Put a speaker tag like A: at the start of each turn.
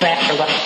A: Back to left.